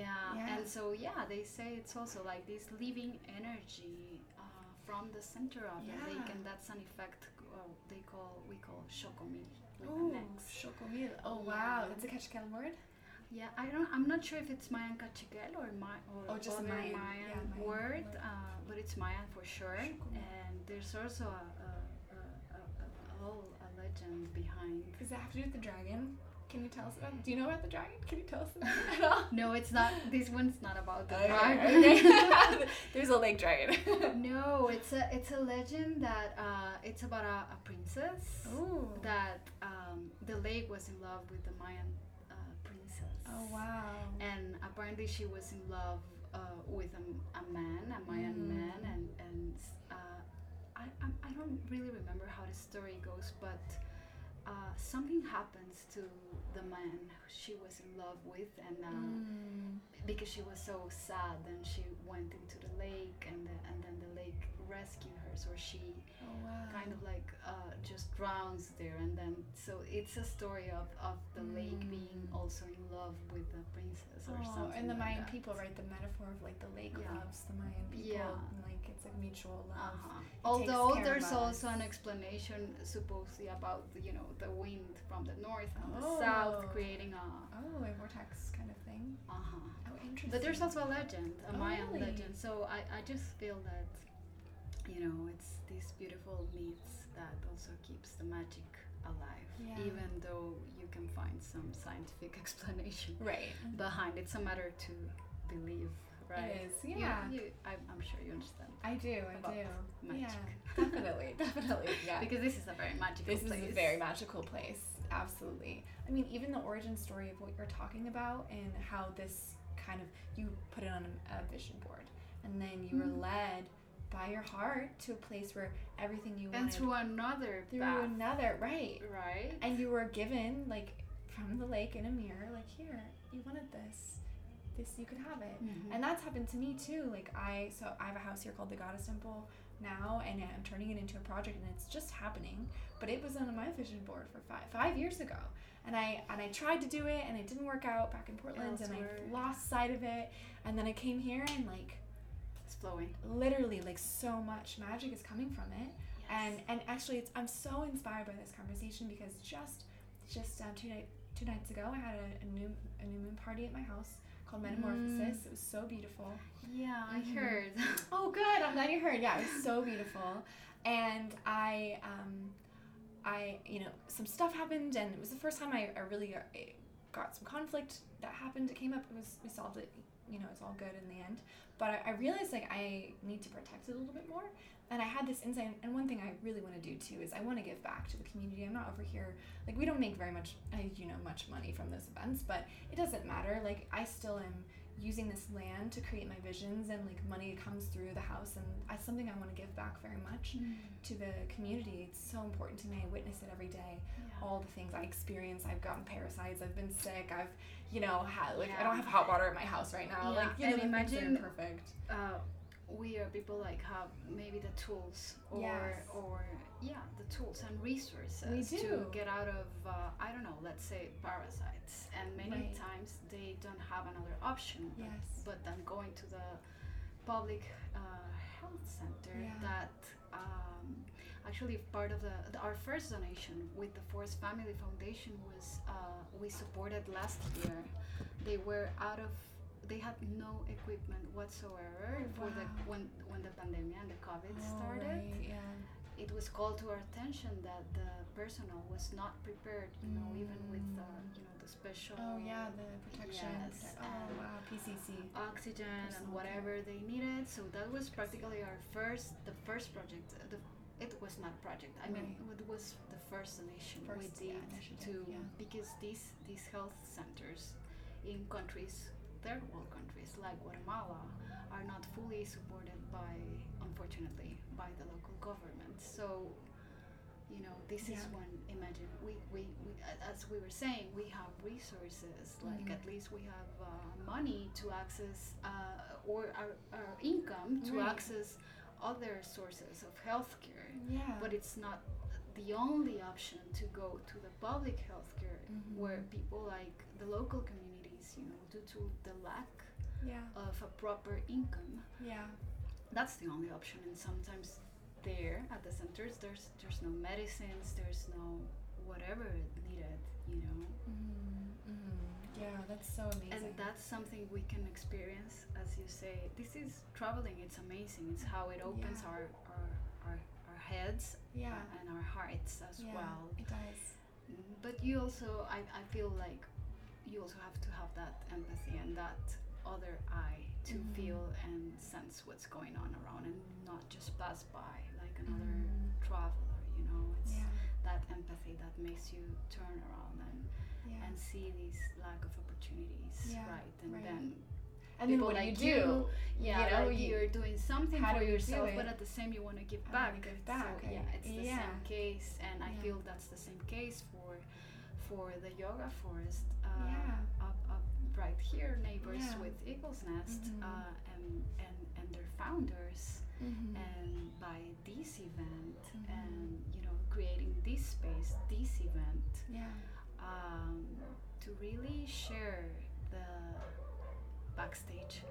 C: yeah.
A: Yeah.
C: And so, yeah, they say it's also like this living energy uh, from the center of the lake,
A: Yeah.
C: and that's an effect uh, they call, we call shokomi. with an
A: Ooh,
C: X.
A: chocomil. Oh
C: Yeah.
A: wow, that's a Kachikal word.
C: Yeah, I don't. I'm not sure if it's Mayan Cachiquel or my or
A: Oh, just a
C: other
A: Mayan-
C: Mayan,
A: yeah, Mayan
C: word,
A: word.
C: Uh, but it's Mayan for sure.
A: Shukuma.
C: And there's also a, a, a, a, a, a whole a legend behind.
A: Does it have to do with the dragon? Can you tell us about? Do you know about the dragon? Can you tell us about it at all?
C: No, it's not. This one's not about the
A: Okay,
C: dragon.
A: okay. There's a lake dragon.
C: no, it's a it's a legend that uh, it's about a, a princess
A: Ooh.
C: that um, the lake was in love with the Mayan uh, princess.
A: Oh wow.
C: And apparently she was in love uh, with a, m- a man, a Mayan
A: Mm.
C: man, and and uh, I, I I don't really remember how the story goes, but. Uh, something happens to the man she was in love with, and uh,
A: Mm.
C: because she was so sad then she went into the lake and, the, and then the lake rescued her so she
A: Oh wow.
C: kind of like uh, just drowns there and then so it's a story of, of the lake being
A: Mm.
C: also in love with the princess or
A: Oh,
C: something
A: and the
C: like
A: Mayan
C: that.
A: people, right? The metaphor of like the lake
C: Yeah.
A: loves the Mayan people.
C: Yeah.
A: And, like it's a mutual love.
C: uh-huh.
A: takes
C: although
A: care of
C: there's also
A: us.
C: an explanation supposedly about you know the wind from the north and the
A: Oh.
C: south creating a
A: Oh, a vortex kind of thing.
C: uh-huh.
A: Oh, interesting.
C: But there's also a legend, a
A: Oh,
C: Mayan
A: really?
C: legend. So I, I just feel that, you know, it's these beautiful myths that also keeps the magic alive,
A: Yeah.
C: even though you can find some scientific explanation
A: right.
C: behind. It's a matter to believe, right?
A: It is.
C: You-
A: Yeah.
C: You, I, I'm sure you understand.
A: I do. I
C: About
A: do.
C: Magic.
A: Yeah. Definitely. definitely. Yeah.
C: Because this is a very magical
A: This
C: place.
A: is a very magical place, absolutely. I mean, even the origin story of what you're talking about and how this kind of you put it on a, a vision board, and then you were
C: Mm.
A: led by your heart to a place where everything you
C: And
A: wanted
C: through another
A: through
C: path,
A: another right,
C: right?
A: and you were given like from the lake in a mirror, like here, you wanted this, this you could have it.
C: Mhm.
A: And that's happened to me too. Like I so I have a house here called the Goddess Temple now and I'm turning it into a project and it's just happening. But it was on my vision board for five five years ago. And I and I tried to do it and it didn't work out back in Portland
C: Elsewhere.
A: and I lost sight of it. And then I came here and like
C: it's flowing.
A: literally like so much magic is coming from it and and actually it's i'm so inspired by this conversation because just just um, two night two nights ago i had a, a new a new moon party at my house called metamorphosis it was so beautiful
C: Yeah, I
A: Mhm.
C: heard.
A: oh good i'm glad you heard yeah it was so beautiful and i um i you know some stuff happened and it was the first time i, I really got, I got some conflict that happened it came up it was we solved it you know it's all good in the end but I, I realized like i need to protect it a little bit more and I had this insight, and one thing I really want to do too is I want to give back to the community. I'm not over here like we don't make very much, uh, you know, much money from those events, but it doesn't matter. Like I still am using this land to create my visions, and like money comes through the house, and that's something I want to give back very much to the community. It's so important to me. I witness it every day.
C: Yeah.
A: All the things I experience. I've gotten parasites. I've been sick. I've, you know, had like I
C: Yeah.
A: don't have hot water at my house right now.
C: Yeah,
A: Like you know,
C: and
A: the things that are
C: imagine-
A: perfect.
C: uh, we are people like have maybe the tools or
A: Yes.
C: or yeah the tools and resources to
A: do.
C: get out of uh, I don't know let's say parasites and many
A: Right.
C: times they don't have another option but,
A: Yes.
C: but then going to the public uh, health center
A: Yeah.
C: that um, actually part of the, the our first donation with the Forest Family Foundation was uh, we supported last year they were out of they had no equipment whatsoever
A: Oh,
C: for the
A: wow.
C: when when the pandemic and the covid started
A: Alright, Oh, yeah.
C: it was called to our attention that the personnel was not prepared you know even with the you know the special
A: Mm. Oh yeah, the protection.
C: Yes,
A: prote- oh
C: and-
A: wow, PCC.
C: oxygen and
A: Personal care.
C: whatever they needed so that was practically our first the first project uh, the it was not project i mean it was the first donation we
A: First,
C: did
A: yeah, initiative,
C: to
A: yeah.
C: because these these health centers in countries third world countries like guatemala are not fully supported by unfortunately by the local government so you know this is
A: Yeah.
C: when imagine we, we, we a- as we were saying we have resources like
A: Mhm.
C: at least we have uh, money to access uh, or our, our income to
A: Right.
C: access other sources of health care
A: Yeah.
C: but it's not the only option to go to the public health care
A: Mhm.
C: where people like the local communities you know due to the lack
A: yeah.
C: of a proper income
A: Yeah.
C: that's the only option and sometimes there at the centers there's there's no medicines there's no whatever needed you know
A: Mm-hmm. Mm-hmm. Yeah, that's so amazing.
C: and that's something we can experience as you say this is traveling it's amazing it's how it opens
A: Yeah.
C: our, our our our heads uh,
A: yeah.
C: and our hearts as
A: yeah, Mm-hmm.
C: well
A: It does.
C: Mm, But you also, I, I feel like you also have to have that empathy and that other eye to
A: Mhm.
C: feel and sense what's going on around and not just pass by like another traveler, you know? It's
A: Mm-hmm. Yeah.
C: that empathy that makes you turn around and,
A: Yeah.
C: and see these lack of opportunities,
A: Yeah,
C: right? And
A: right.
C: then,
A: And then
C: people
A: what do
C: like
A: you do?
C: you, yeah,
A: you know,
C: like
A: you-
C: you're doing something
A: how
C: for
A: do you do
C: yourself, but
A: it?
C: at the same you want to give
A: I wanna
C: back.
A: give
C: So,
A: back, I-
C: yeah, it's the
A: yeah.
C: same case, and I
A: Yeah.
C: feel that's the same case for for the yoga forest uh,
A: Yeah.
C: up, up right here, neighbors
A: Yeah.
C: with Eagle's Nest,
A: Mhm.
C: uh, and, and and their founders,
A: Mhm.
C: and by this event,
A: Mhm.
C: Mm-hmm. and you know, creating this space, this event,
A: mm-hmm. yeah.
C: um, to really share the backstage,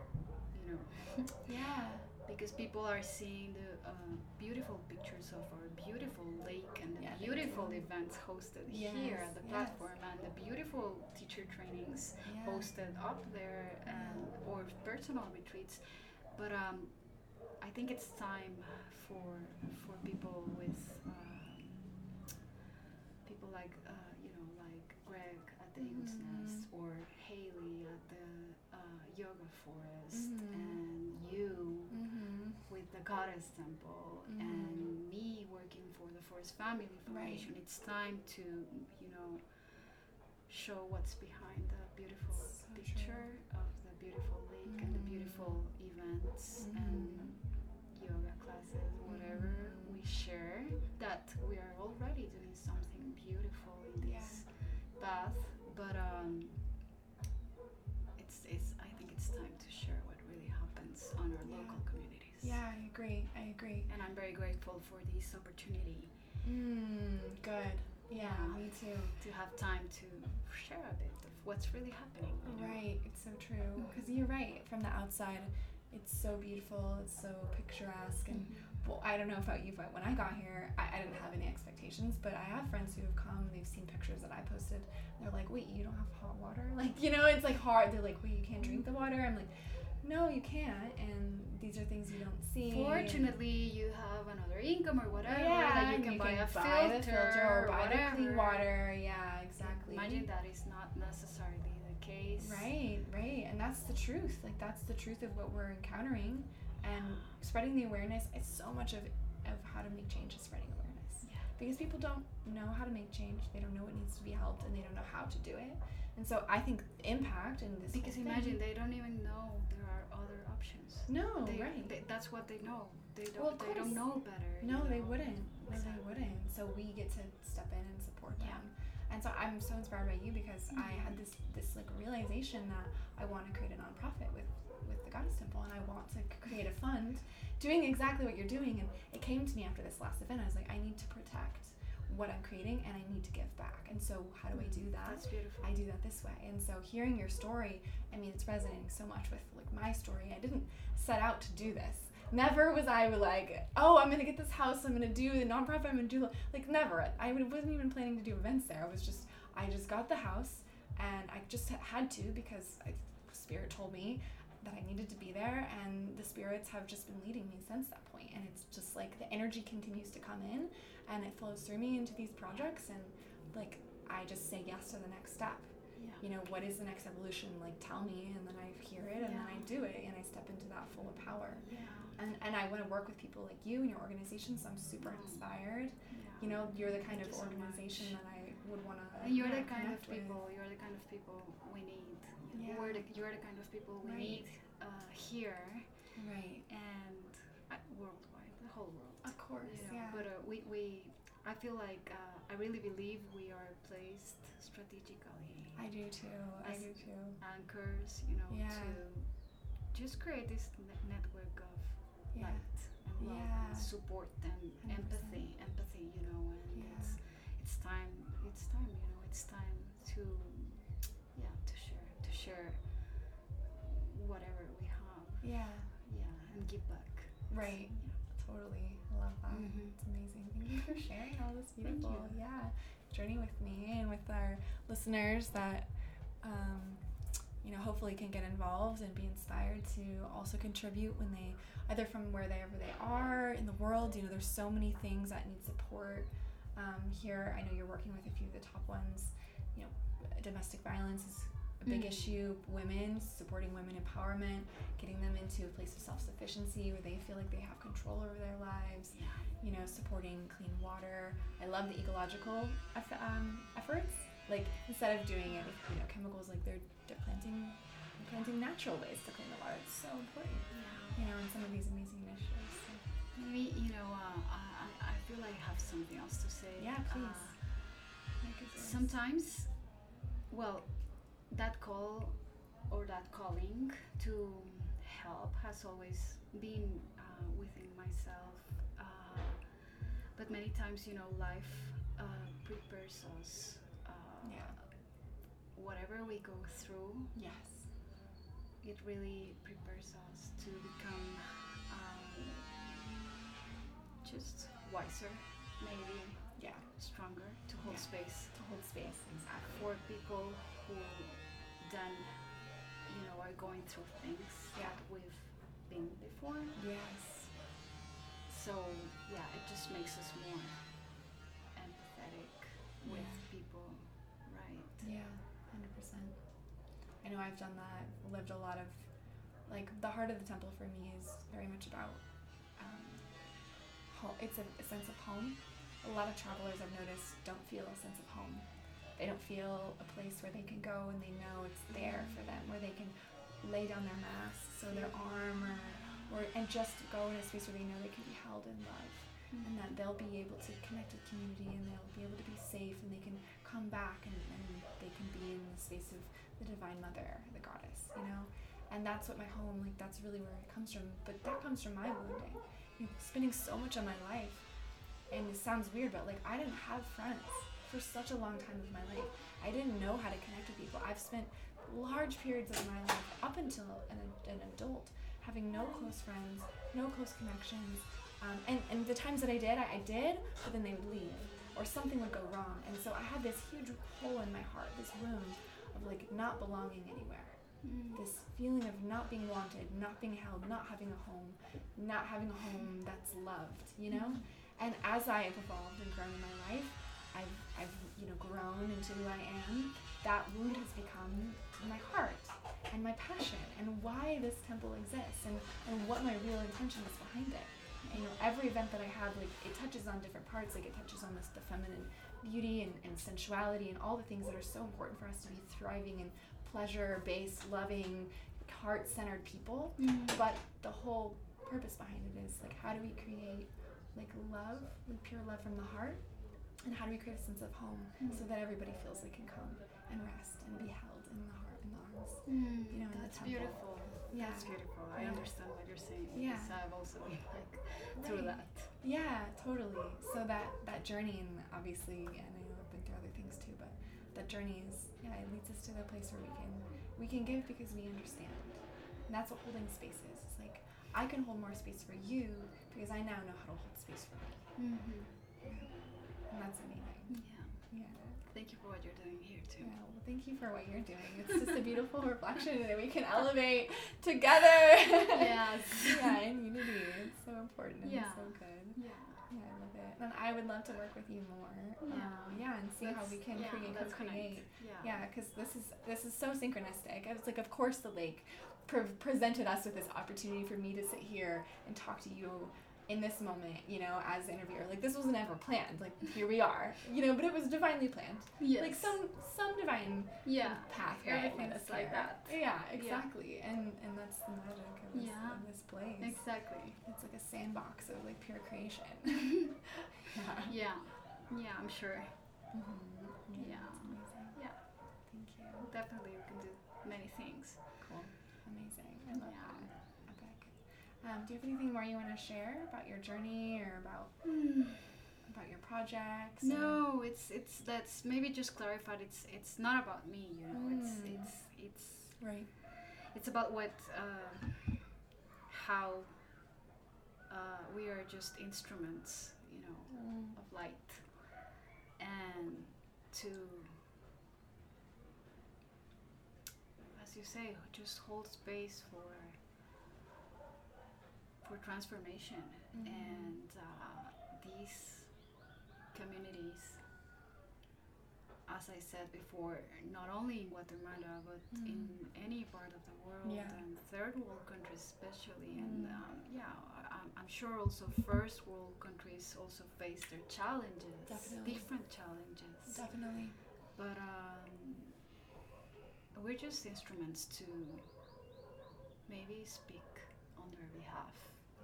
C: you know
A: Yeah.
C: because people are seeing the uh, beautiful pictures of our beautiful lake and the
A: Yeah, they
C: beautiful
A: do.
C: events hosted here
A: Yes,
C: at the
A: yes.
C: platform and the beautiful teacher trainings
A: Yeah.
C: hosted up there and or personal retreats but um, i think it's time for for people with um, people like uh, you know like greg at the eagles
A: Mhm.
C: nest or haley at the uh, yoga forest
A: Mhm.
C: and you
A: Mm-hmm.
C: with the goddess temple
A: Mhm.
C: and me working for the forest family foundation it's time to you know show what's behind the beautiful
A: So true.
C: picture of the beautiful lake and the
A: Mhm.
C: beautiful events and
A: Mhm.
C: yoga classes whatever
A: Mhm.
C: we share that we are already doing something beautiful in
A: Yeah.
C: this path but um it's, it's i think it's time to share what really happens on our
A: Yeah.
C: local communities
A: Yeah, I agree. I agree.
C: and I'm very grateful for this opportunity
A: Mm, good. Yeah,
C: Yeah.
A: me too.
C: to have time to share a bit of what's really happening. you know?
A: Right, it's so true. Because you're right, from the outside, it's so beautiful, it's so
C: Mm-hmm.
A: picturesque. And well, I don't know about you, but when I got here, I, I didn't have any expectations. But I have friends who have come and they've seen pictures that I posted. They're like, wait, you don't have hot water? Like, you know, it's like hard. They're like, wait, you can't drink the water? I'm like, no, you can't. And these are things you don't see. and-
C: Fortunately, you have another income or whatever
A: yeah,
C: that you can, buy, a filter,
A: the filter or buy the
C: whatever.
A: clean water. Yeah, exactly.
C: Imagine that is not necessarily the case.
A: Right, right. And that's the truth. Like that's the truth of what we're encountering and spreading the awareness is so much of of how to make change is spreading awareness.
C: Yeah.
A: Because people don't know how to make change, they don't know what needs to be helped and they don't know how to do it. And so I think impact and this
C: Because
A: whole thing-
C: imagine they don't even know there are other options.
A: No,
C: they,
A: right.
C: they- that's what they know. They don't.
A: Well, of
C: they
A: course.
C: don't know better. you
A: No, they
C: know?
A: wouldn't. No, they
C: Exactly.
A: wouldn't. So we get to step in and support them.
C: Yeah.
A: And so I'm so inspired by you because I
C: Mhm.
A: had this this like realization that I want to create a nonprofit with with the Goddess Temple and I want to c- create a fund doing exactly what you're doing and it came to me after this last event. I was like I need to protect what I'm creating and I need to give back. And so how do I do that?
C: That's beautiful.
A: I do that this way. And so hearing your story, I mean, it's resonating so much with like my story. I didn't set out to do this. Never was I like, oh, I'm gonna get this house. I'm gonna do the nonprofit. I'm gonna do like never. I would- wasn't even planning to do events there. I was just, I just got the house, and I just had to because I, spirit told me that I needed to be there, and the spirits have just been leading me since that point. And it's just like the energy continues to come in, and it flows through me into these projects, and like I just say yes to the next step.
C: Yeah.
A: You know, what is the next evolution? Like, tell me, and then I hear it, and then I do it, and I step into that full of power.
C: Yeah.
A: And and I want to work with people like you and your organization, so I'm super
C: Mm.
A: inspired.
C: yeah.
A: You know, you're the kind
C: Thank
A: of
C: you so
A: organization
C: much.
A: that I would want to.
C: And you're the kind of people. You're the kind of people we need.
A: Yeah.
C: We're the, you're the kind of people we
A: Right.
C: need uh, here
A: right?
C: and uh, worldwide, the whole world.
A: Of course,
C: you know.
A: yeah.
C: But uh, we, we, I feel like uh, I really believe we are placed strategically,
A: I do too. I
C: As-
A: do too.
C: anchors, you know,
A: Yeah.
C: to just create this ne- network of
A: Yeah.
C: light and love
A: Yeah.
C: and support and
A: 100%.
C: empathy, empathy, you know, and
A: Yeah.
C: it's it's time, it's time, you know, it's time to yeah to share, to share whatever we have,
A: Yeah.
C: yeah, and give back.
A: Right. Mm-hmm. Totally. I love that.
C: Mhm.
A: It's amazing. Thank you for sharing all this
C: Thank
A: beautiful, yeah, journey with me and with our listeners that, um, you know, hopefully can get involved and be inspired to also contribute when they, either from wherever they are in the world, you know, there's so many things that need support. Um, here, I know you're working with a few of the top ones. You know, domestic violence is a big
C: Mm.
A: issue. Women supporting women empowerment, getting them into a place of self sufficiency where they feel like they have control over their lives.
C: Yeah.
A: You know, supporting clean water. I love the ecological eff- um, efforts. Like instead of doing it with you know chemicals, like they're, they're planting they're planting natural ways to clean the water. It's so important.
C: Yeah.
A: You know, in some of these amazing initiatives. So.
C: Maybe, you know, uh, I, I I feel I have something else to say.
A: Yeah, please.
C: Uh,
A: Like it's yours.
C: sometimes well that call or that calling to help has always been uh, within myself uh, but many times you know life uh, prepares us uh,
A: Yeah.
C: whatever we go through
A: Yes.
C: it really prepares us to become um, just wiser maybe
A: Yeah.
C: stronger to hold
A: Yeah.
C: space
A: To hold space. Exactly.
C: for people who then you know are going through things
A: Yeah.
C: that we've been before
A: Yes.
C: so yeah it just makes us more empathetic with people right
A: Yeah. Hundred percent. I know I've done that. Lived a lot of, like the heart of the temple for me is very much about, um, home. It's a, a sense of home. A lot of travelers I've noticed don't feel a sense of home. They don't feel a place where they can go and they know it's there for them, where they can lay down their masks or their armor, or and just go in a space where they know they can be held in love. and that they'll be able to connect with community and they'll be able to be safe and they can come back and, and they can be in the space of the divine mother the goddess you know and that's what my home like that's really where it comes from but that comes from my wounding you know, spending so much of my life and it sounds weird but like i didn't have friends for such a long time of my life i didn't know how to connect with people i've spent large periods of my life up until an, an adult having no close friends no close connections um, and, and the times that I did, I, I did, but then they would leave or something would go wrong. And so I had this huge hole in my heart, this wound of like not belonging anywhere,
C: Mm.
A: this feeling of not being wanted, not being held, not having a home, not having a home that's loved, you know? And as I have evolved and grown in my life, I've, I've you know grown into who I am. That wound has become my heart and my passion and why this temple exists and, and what my real intention is behind it. And, you know, every event that I have, like it touches on different parts. Like it touches on this the feminine beauty and, and sensuality and all the things that are so important for us to be thriving and pleasure-based, loving, heart-centered people but the whole purpose behind it is like how do we create like love like pure love from the heart and how do we create a sense of home
C: Mm-hmm.
A: so that everybody feels they can come and rest and be held in the heart in the arms
C: Mm,
A: you know, in the
C: that's
A: temple.
C: beautiful
A: yeah
C: that's beautiful i
A: Yeah.
C: understand what you're saying
A: Yeah.
C: because i've also been like through
A: Right.
C: that
A: yeah totally so that that journey and obviously and i know i've been through other things too but that journey is yeah it leads us to the place where we can we can give because we understand and that's what holding space is it's like i can hold more space for you because i now know how to hold space for me and that's amazing
C: yeah
A: Yeah.
C: thank you for what you're doing here too
A: yeah. Well, thank you for what you're doing. It's just a beautiful reflection that we can elevate together.
C: yes
A: yeah, in unity. It's so important. And
C: Yeah.
A: So good.
C: yeah
A: Yeah, I love it. And I would love to work with you more. um,
C: Yeah.
A: yeah, and see how
C: Let's-
A: we can
C: yeah,
A: create
C: let's connect.
A: co-create.
C: yeah
A: Yeah, because this is this is so synchronistic. I was like, of course, the lake pre- presented us with this opportunity for me to sit here and talk to you in this moment. You know, as an interviewer, like this wasn't ever planned. Like here we are. You know, but it was divinely planned.
C: yes.
A: Like some some divine
C: yeah
A: pathway.
C: Everything
A: that's
C: is like
A: there.
C: that.
A: Yeah, exactly. And and that's the magic of this,
C: Yeah.
A: of this place.
C: exactly
A: It's like a sandbox of like pure creation. Mm-hmm. yeah.
C: yeah yeah i'm sure
A: Mhm.
C: Yeah.
A: it's amazing.
C: Yeah.
A: Thank you.
C: Definitely, you can do many things.
A: Cool. Amazing. I love
C: Yeah.
A: that. Epic. Um, do you have anything more you want to share about your journey or about Mm, about your projects? or-
C: No, it's it's that's maybe just clarified. It's it's not about me, you know. It's
A: Mm.
C: it's it's
A: Right.
C: it's about what uh, how uh, we are just instruments, you know,
A: Mm.
C: of light, and to as you say, just hold space for for transformation
A: Mhm.
C: and uh, these communities. As I said before, not only in Guatemala but
A: Mm.
C: in any part of the world
A: Yeah.
C: and third world countries especially, and
A: Mm.
C: um, yeah, I- I'm, I'm sure also first world countries also face their challenges,
A: Definitely.
C: different challenges.
A: Definitely.
C: But um, we're just instruments to maybe speak on their behalf.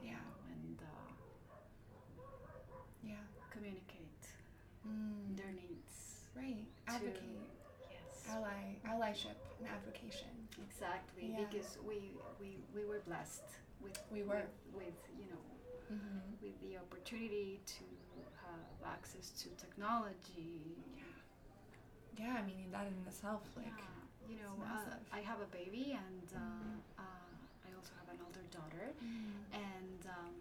C: you
A: Yeah.
C: know, and uh,
A: Yeah.
C: communicate
A: Mm.
C: their needs.
A: Right.
C: to-
A: Advocate. uh,
C: Yes.
A: Ally. Allyship and advocation.
C: Exactly.
A: Yeah.
C: Because we, we we were blessed with
A: We were.
C: with, with you know
A: Mm-hmm.
C: with the opportunity to have access to technology.
A: Yeah, I mean that in itself, like.
C: Yeah, you
A: it's
C: know, uh,
A: massive.
C: I have a baby and uh,
A: Mhm.
C: uh, I also have an older daughter.
A: Mm.
C: and um,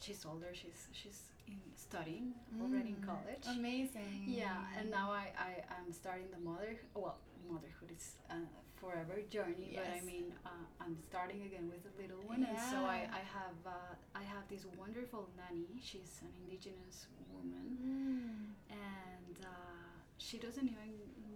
C: she's older. She's she's in studying already in
A: Mm.
C: college.
A: Amazing.
C: yeah, and now I I i am starting the mother well motherhood is uh, forever journey, but I
A: Yes.
C: mean uh, I'm starting again with a little one, and so I
A: Yeah.
C: I have uh, I have this wonderful nanny. She's an indigenous woman,
A: Mm.
C: and uh, she doesn't even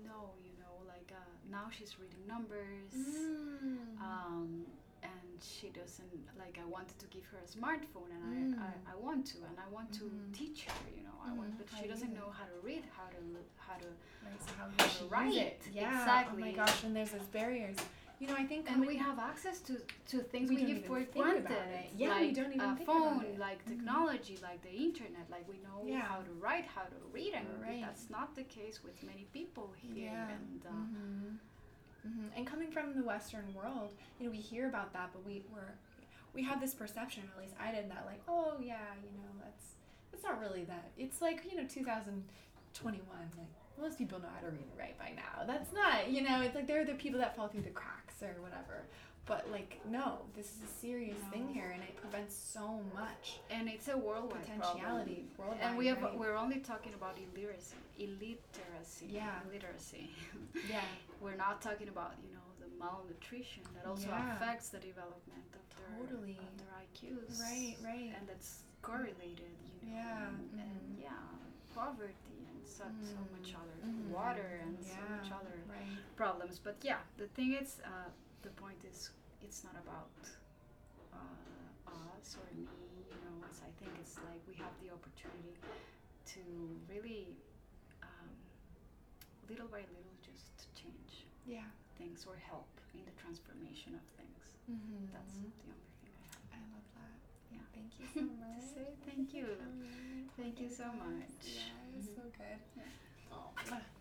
C: know you know like uh, now she's reading numbers
A: Mm.
C: um, and she doesn't like i wanted to give her a smartphone and I,
A: Mm.
C: I, I want to and i want to
A: Mhm.
C: teach her you know i want
A: Mhm.
C: but
A: How
C: she
A: to
C: doesn't
A: use it.
C: know how to read how to look, how to
A: right, so how you should
C: Right,
A: use it. Yeah. Oh
C: exactly.
A: my gosh, and there's those barriers. You know, I think.
C: and
A: when-
C: we have access to to things
A: We
C: we,
A: don't
C: give
A: even
C: for
A: think
C: granted
A: about it. Yeah, we
C: like
A: don't even
C: a
A: think about
C: phone
A: it.
C: like
A: Mhm.
C: technology like the internet like we know
A: Yeah.
C: how to write how to read and
A: Right.
C: that's not the case with many people here
A: Yeah.
C: and uh,
A: hmm hmm And coming from the Western world, you know, we hear about that, but we were, we have this perception, at least I did, that like, oh yeah, you know, that's that's not really that. It's like you know, 2021. Like most people know how to read and write by now. That's not, you know, it's like there are the people that fall through the cracks or whatever. But like, no, this is a serious thing
C: No.
A: here, and it prevents so much
C: and it's a worldwide problem.
A: potentiality worldwide.
C: And we have,
A: right?
C: we're only talking about illiteracy, illiteracy,
A: Yeah.
C: illiteracy.
A: yeah,
C: we're not talking about you know the malnutrition that also
A: Yeah.
C: affects the development of their
A: Totally.
C: of their IQs.
A: right, right.
C: And that's correlated, you know.
A: Yeah,
C: And, and
A: mhm.
C: yeah, poverty and so, so much
A: Mm,
C: other
A: mhm.
C: water and so much
A: Yeah,
C: other
A: Right.
C: problems. But yeah, the thing is, uh, the point is, it's not about uh, us or me. You know, it's, I think it's like we have the opportunity to really, um, little by little, just change
A: Yeah.
C: things or help in the transformation of things.
A: Mm-hmm.
C: That's the only thing I have
A: I love that.
C: Yeah.
A: Thank you so much.
C: to say. Thank you.
A: for coming.
C: Thank you so
A: Yes,
C: much.
A: Yeah, it was
C: Mhm.
A: so good.
C: Yeah.
A: Oh, mwah.